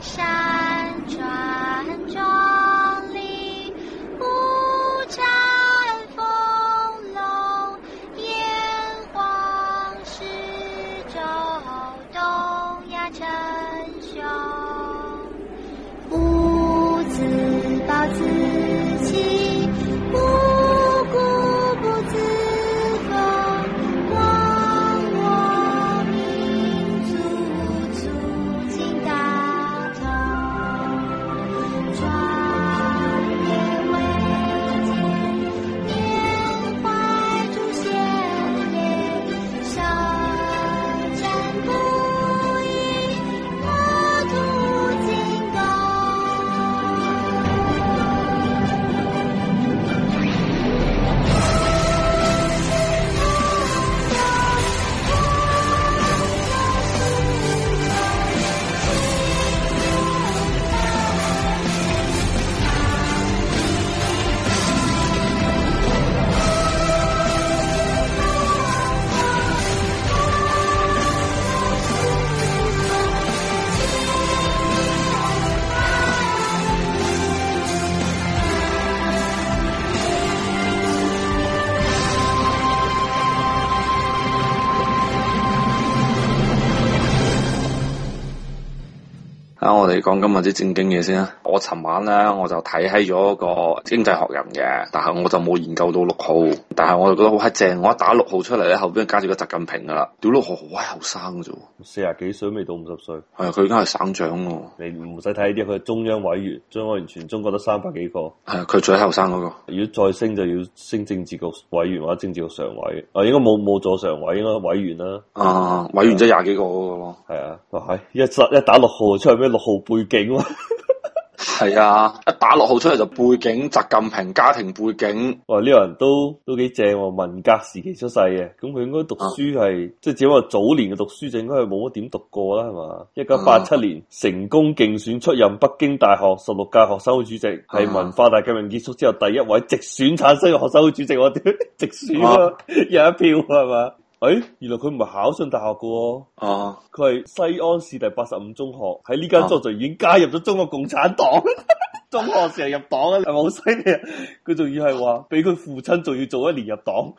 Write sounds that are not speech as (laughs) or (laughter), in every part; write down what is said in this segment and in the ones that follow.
山川壮丽，不战风龙，炎黄始周，东亚称雄。吾自暴自弃，不固不自封，忘我民族，促进大同。壮烈伟业，缅怀祖先烈，舌战不已，国土进攻。啊，我哋講今日啲正經嘢先啦。我尋晚咧，我就睇閪咗個經濟學人嘅，但係我就冇研究到六號。但係我就覺得好閪正，我一打六號出嚟咧，後邊加住個習近平噶啦。屌六號好閪後生嘅啫喎，四十幾歲未到五十歲，係啊，佢而家係省長喎，你唔使睇呢啲，佢係中央委員，中央委員全中國得三百幾個，係啊，佢最後生嗰個。如果再升就要升政治局委員或者政治局常委，啊應該冇冇咗常委，應該委員啦，啊，委員即係廿幾個嗰個咯。係啊，哇係一實一打六號出嚟咩六號背景啊，係啊，一打六號出嚟就背景，習近平家庭背景。哇哦呢個人都都幾正喎，文革時期出世嘅，咁佢應該讀書係、即係只不過早年嘅讀書就應該係冇乜點讀過啦，係嘛？一九八七年成功競選出任北京大學十六屆學生會主席，係啊文化大革命結束之後第一位直選產生嘅學生會主席，我屌直選啊，有一票係嘛？誒、原來佢唔係考上大學嘅喎、啊，佢係西安市第八十五中學，喺呢間中學就已經加入咗中國共產黨。啊 (laughs) 中學時候入黨 (laughs) 啊，係咪好犀利啊？佢仲要係話，俾佢父親仲要做一年入 (laughs) 黨。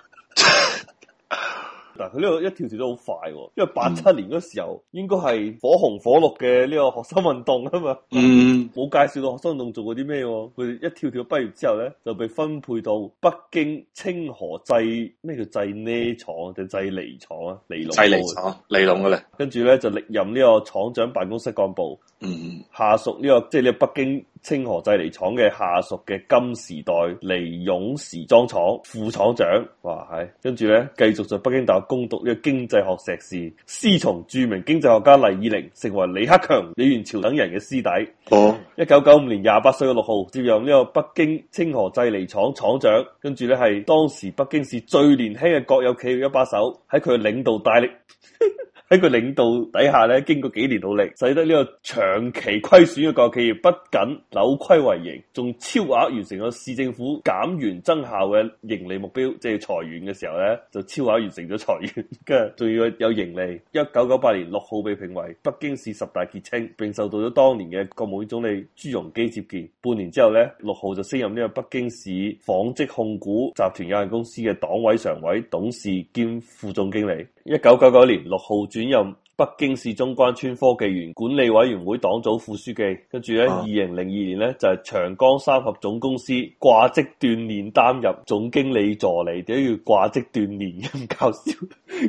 嗱，佢呢個一跳跳得好快喎，因為八七年嗰時候應該係火紅火綠嘅呢個學生運動啊嘛，嗯，冇介紹到學生運動做過啲咩喎。佢一跳跳畢業之後咧，就被分配到北京清河製咩叫製呢廠定製泥廠啊？尼龍犀利鋪啊咗，利龍嘅咧。跟住咧就歷任呢個廠長辦公室幹部，嗯，下屬呢、個即係呢個北京清河製泥廠嘅下屬嘅金時代尼勇時裝廠副廠長，哇係，跟住咧繼續在北京大學攻讀呢個經濟學碩士，師從著名經濟學家黎以寧，成為李克強、李元朝等人嘅師弟。哦，一九九五年廿八歲嘅六號接任呢個北京清河製泥廠廠長，跟住咧係當時北京市最年輕嘅國有企業一把手，喺佢嘅領導大力。喺佢領導底下咧，經過幾年努力，使得呢個長期虧損嘅國有企業不僅扭虧為盈，仲超額完成咗市政府減員增效嘅盈利目標，即係裁員嘅時候咧，就超額完成咗裁員，跟住仲要有盈利。一九九八年六號被評為北京市十大傑青，並受到咗當年嘅國務院總理朱鎔基接見。半年之後咧，六號就升任呢個北京市紡織控股集團有限公司嘅黨委常委、董事兼副總經理。一九九九年六號轉任北京市中關村科技園管理委員會黨組副書記，跟住咧，啊二零零二年咧就係、長江三峽總公司掛職鍛鍊擔任總經理助理，點解要掛職鍛鍊咁搞笑？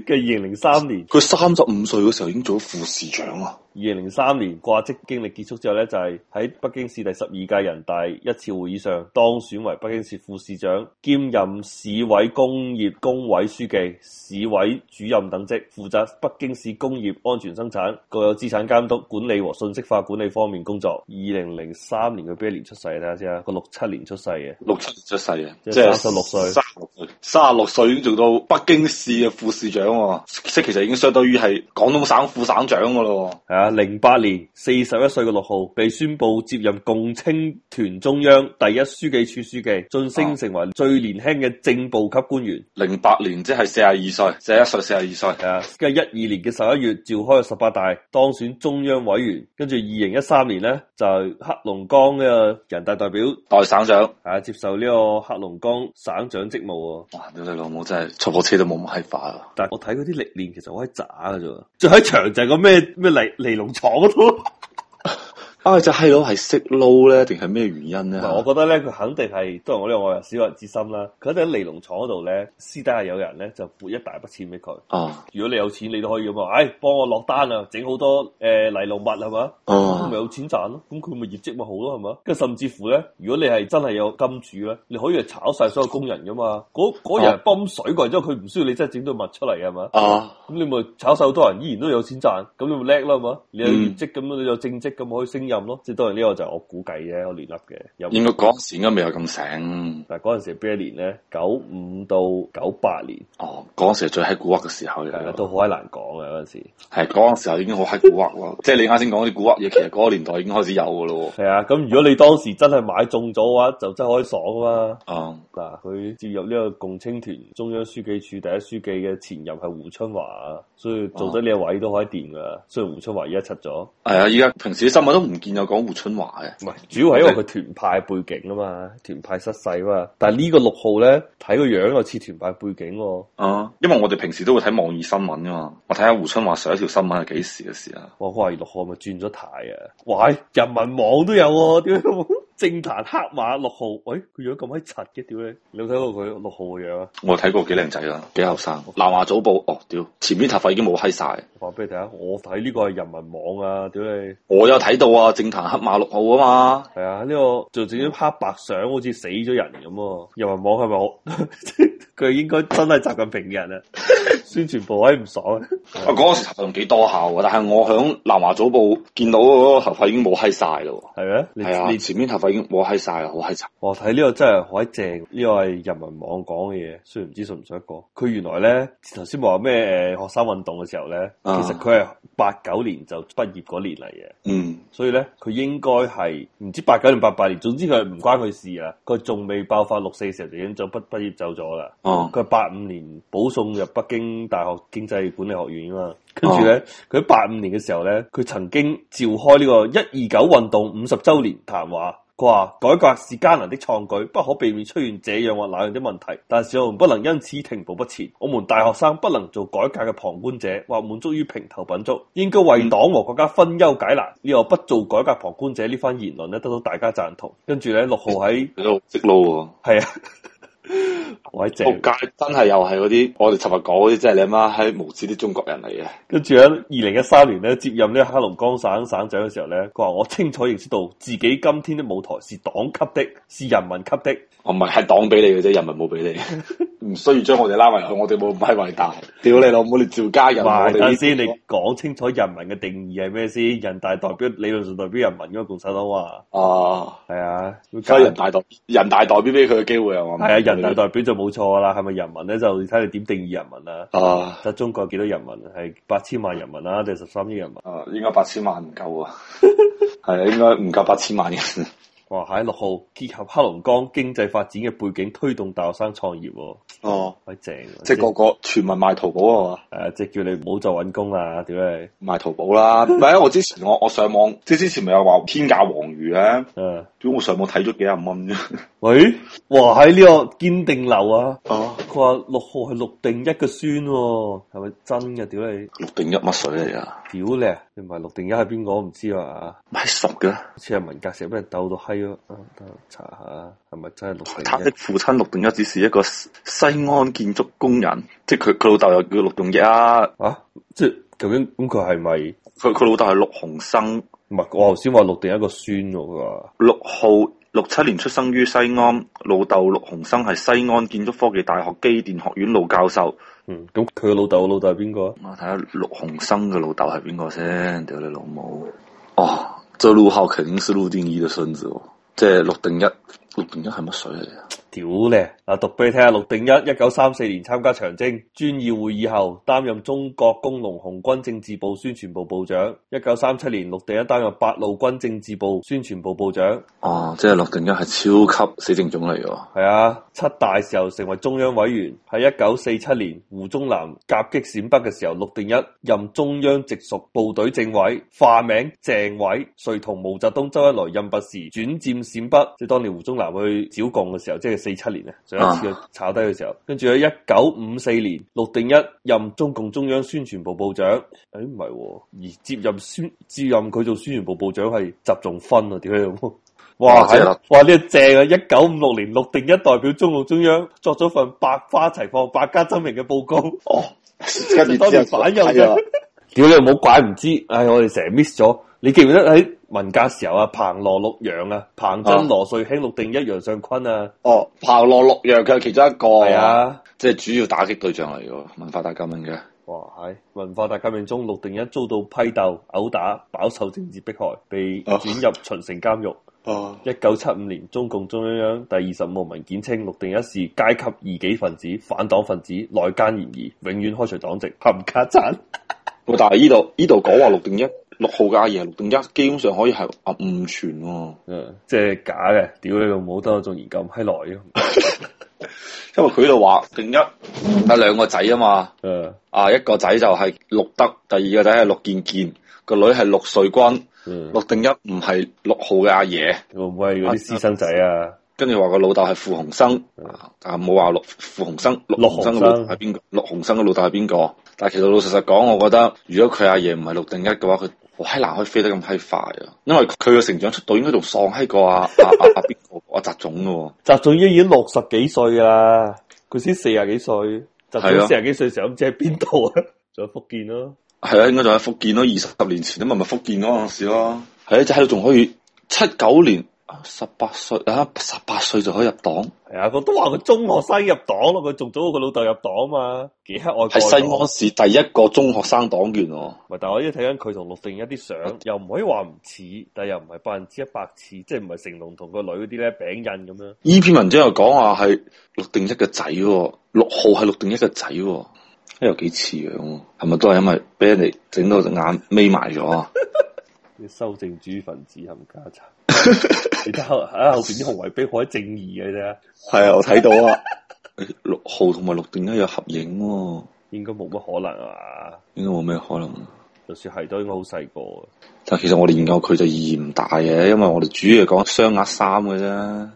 嘅二零零三年，佢三十五歲嗰時候已經做咗副市長啊啦。二零零三年掛職經歷結束之後咧，就係、喺北京市第十二屆人大一次會議上當選為北京市副市長，兼任市委工業工委書記、市委主任等職，負責北京市工業安全生產、國有資產監督管理和信息化管理方面工作。二零零三年佢邊一年出世？睇下先啊，佢六七年出世嘅。六七年出世嘅，即係係36歲三十六歲，三十六歲已經做到北京市嘅副市長喎、即係其實已經相當於係廣東省副省長噶咯喎。係啊，零八年四十一歲嘅陸浩被宣布接任共青團中央第一書記處書記，晉升成為最年輕嘅正部級官員。零八年即係四十二歲，四十一歲四十二歲。係啊，跟住一二年嘅十一月召開十八大，當選中央委員。跟住二零一三年呢，就係黑龍江嘅人大代表，代省長，啊接受呢個黑龍江省長職務喎。哇！屌你老母真係坐部車都冇咁閪快啊！但係我睇佢啲歷練其實好閪渣嘅啫喎，最喺長就係個咩咩尼尼龍廠嗰度。啊，只閪佬係識撈咧，定係咩原因咧？唔係我覺得咧，佢肯定係都係我呢個愛人小人之心啦。佢一定喺尼龍廠嗰度咧，私底下有人咧就撥一大筆錢俾佢。啊，如果你有錢，你都可以咁話，唉、幫我落單啊，整好多誒、呃尼龍物係嘛，咁哦咪，有錢賺咯。咁佢咪業績咪好咯係嘛。跟住甚至乎咧，如果你係真係有金主咧，你可以係炒晒所有工人噶嘛。嗰嗰人係泵水過嚟之後，佢唔需要你真係整到物出嚟係嘛。啊，咁你咪炒晒好多人，依然都有錢賺，咁你咪叻啦係嘛。你有嗯業績咁，你有正職咁可以升任咯。即係當然呢個就係我估計啫，我亂笠嘅。有應該嗰陣時應該未有咁醒。但係嗰陣時係邊一年咧？九五到九八年，哦，嗰陣時係最閪蠱惑嘅時候嚟係啦，啊嘅，都好閪難講嘅嗰陣時。係嗰陣時候已經好閪蠱惑咯。即係你啱先講嗰啲蠱惑嘢，其實嗰個年代已經開始有嘅咯喎。係啊，咁如果你當時真係買中咗嘅話，就真係開爽啊嘛！啊，嗱，佢接入呢個共青團中央書記處第一書記嘅前任係胡春華啊，所以做得呢個位都可以掂噶。雖然胡春華而家出咗，係啊！依家平時啲新聞都唔見有講胡春華嘅。唔係主要係因為佢團派背景啊嘛，團派失勢啊嘛。但係呢個六號咧，睇個樣又似團派背景喎、啊，因為我哋平時都會睇網易新聞噶嘛，我睇下胡春華上一條新聞係幾時嘅事啊？哇！我懷疑六號咪轉咗台啊！喂，人民網都有喎、屌你老母政壇黑馬六號，喂、佢樣咁閪柒嘅，屌你！你有睇過佢六號嘅樣啊？我睇過幾靚仔啦，幾後生。南華早報，哦，屌，前面頭髮已經冇閪晒。我話啊俾你睇下，我睇呢個係人民網啊，屌你！我有睇到啊，政壇黑馬六號啊嘛，係啊，呢、個就整啲黑白相，好似死咗人咁喎、人民網係咪我？ (laughs) 佢應該真係習近平嘅人啊！ (laughs) 宣傳部閪唔爽啊！啊嗰個時頭仲幾多下喎，但係我響南華早報見到嗰個頭髮已經冇閪晒咯係咩？喎。係啊，你你你前面頭髮已經冇閪晒啦，好閪慘。我睇呢個真係好閪正，呢、個係人民網講嘅嘢，雖然唔知信唔信得過。佢原來咧頭先話咩誒學生運動嘅時候咧，啊其實佢係八九年就畢業嗰年嚟嘅，嗯，所以咧佢應該係唔知八九年八八年，總之佢係唔關佢事啊。佢仲未爆發六四嘅時候就已經就畢畢業走咗啦。哦，佢係八五年保送入北京大學經濟管理學院啊嘛，跟住咧，佢喺八五年嘅時候咧，佢曾經召開呢個一二九運動五十週年談話。佢話改革是艱難的創舉，不可避免出現這樣或那樣的問題，但是我們不能因此停步不前。我們大學生不能做改革嘅旁觀者，或滿足於平頭品足，應該為黨和國家分憂解難。呢個不做改革旁觀者呢番言論咧，得到大家贊同。跟住咧，六號喺佢都識撈係啊， (laughs) 我喺喎，正仆街真係又係嗰啲我哋尋日講嗰啲，即係你阿媽喺無知啲中國人嚟嘅。跟住喺二零一三年咧接任呢個黑龍江省省長嘅時候咧，佢話我清楚認識到自己今天的舞台是黨級的，是人民級的。我哦唔係係黨俾你嘅啫，人民冇俾你， (laughs) 唔需要將我哋拉埋去，我哋冇咁閪偉大。屌你老母，你趙家人，我話哋呢等啲先，你講清楚人民嘅定義係咩先？人大代表理論上代表人民嘅共產黨話啊，係啊，要加所以人大代人大代表俾佢嘅機會係嘛？係啊，人大代表就冇錯啦。係咪人民咧就睇你點定義人民啦？啊得中國幾多人民？啊係八千萬人民啦，定係十三億人民？啊，應該八千萬唔夠 (laughs) 啊，係啊應該唔夠八千萬嘅。哇！喺六號結合黑龍江經濟發展嘅背景，推動大學生創業喎，哦，喂正啊喎！即係個個全民賣淘寶啊誒、呃即係叫你唔好再揾工啦，屌你！嘛，賣淘寶啦。唔係啊，我之前我我上網，即係之前咪有話天價黃魚嘅，誒，屌我上網睇咗幾廿蚊啫。啊喂，哇喺呢個堅定流啊，哦，佢話六號係六定一嘅孫喎、係咪真嘅？屌你！六定一乜水嚟啊？屌你啊！你唔係六定一係邊個？我唔知啊，咪熟嘅。好似係文革時候俾人鬥到閪咯，啊等我查下係咪真係六他的定一？父親陸定一只是一個西西安建築工人，即係佢佢老豆又叫陸定一啊，啊，即係究竟咁佢係咪？佢佢老豆係陸鴻生，唔係我頭先話六定一個孫喎，佢話六號六七年出生於西安，老豆陸鴻生係西安建築科技大學機電學院老教授。嗯，咁佢嘅老豆老豆係邊個啊？我睇下陸鴻生嘅老豆係邊個先？屌你老母！哦，這陸浩肯定是陸定一嘅孫子喎，即係陸定一哦六定一係乜水嚟啊嘅？屌你！嗱，讀俾你聽下，陸定一一九三四年參加長征專議會議後，擔任中國工農紅軍政治部宣傳部部長。一九三七年，陸定一擔任八路軍政治部宣傳部部長。哦，即係六定一係超級死政種嚟哦 (laughs) 嘅。係啊，七大時候成為中央委員。喺一九四七年胡宗南夾擊陝北嘅時候，陸定一任中央直屬部隊政委，化名鄭偉，遂同毛澤東、周恩來任弼時轉戰陝北，即係當年胡宗南去剿共嘅時候，即係四七年啊，上一次佢炒低嘅時候。跟住喺一九五四年，陸定一任中共中央宣傳部部長。誒唔係喎，而接任宣接任佢做宣傳部部長係習仲勳啊，屌你老母！哇！哇真係啦哇！呢一正啊！一九五六年，陸定一代表中共中央作咗份百花齊放、百家爭鳴嘅報告，哦，跟就當年反右啫。 (laughs) 屌你冇怪唔知，唉、我哋成日 miss 咗。你記唔記得喺文革時候啊，彭羅陸楊啊，彭真、啊羅瑞卿、陸定一、楊尚昆啊，哦，炮落洛陽嘅其中一個，係，啊。即係主要打擊對象嚟嘅，文化大革命嘅。哇！喺文化大革命中，陸定一遭到批鬥、毆打，飽受政治迫害，被啊轉入秦城監獄。哦，一九七五年，中共中央央第二十五號文件稱，陸定一是階級異己分子、反黨分子、內奸嫌疑，永遠開除黨籍。冚家鏟，喂哦但係呢度呢度講話六定一六號嘅阿爺，六定一基本上可以係啊誤傳喎，嗯，即係假嘅，屌你老母，得我仲研究咁閪耐嘅。因為佢度話定一得兩個仔啊嘛，嗯啊一個仔就係陸德，第二個仔係陸建健，個女係陸瑞君，嗯，陸定一唔係六號嘅阿爺。會唔會係嗰啲私生仔啊？跟住話個老豆係傅紅生，但啊係冇話陸傅紅生，陸陸紅生嘅老豆鴻係邊個？陸紅生嘅老豆係邊個？但係其實老老實實講，我覺得如果佢阿爺唔係陸定一嘅話，佢好閪難可以飛得咁閪快啊！因為佢嘅成長速度應該仲喪閪過阿阿阿阿邊個阿習總嘅喎。習總已經六十幾歲啦，佢先四十幾歲，習係總啊四十幾歲時候唔知喺邊度啊？仲喺福建咯。係啊，應該仲喺福建咯，二十年前啊嘛，咪福建嗰陣時咯。係啊，就喺度仲可以七九年十八歲啊，十八歲就可以入黨，係啊，我都話佢中學生入黨咯，佢仲早過佢老豆入黨嘛，幾黑愛國啊。係西安市第一個中學生黨員喎。唔係，但係我依家睇緊佢同陸定一啲相，又唔可以話唔似，但係又唔係百分之一百似，即係唔係成龍同個女嗰啲咧餅印咁樣。呢篇，E 文章又講話係陸定一嘅仔喎，六號係陸定一嘅仔喎，哎又幾似樣喎，係咪都係因為俾人哋整到隻眼眯埋咗啊？啲修正主義分子冚家鏟， (laughs) 你睇下喺後邊啲紅衛兵好閪正義嘅啫，係啊，我睇到啊，六號同埋陸定一有合影喎、應該冇乜可能啊嘛。應該冇咩可能。就算係都應該好細個。但其實我哋研究佢就意義唔大嘅，因為我哋主要係講雙額三嘅啫。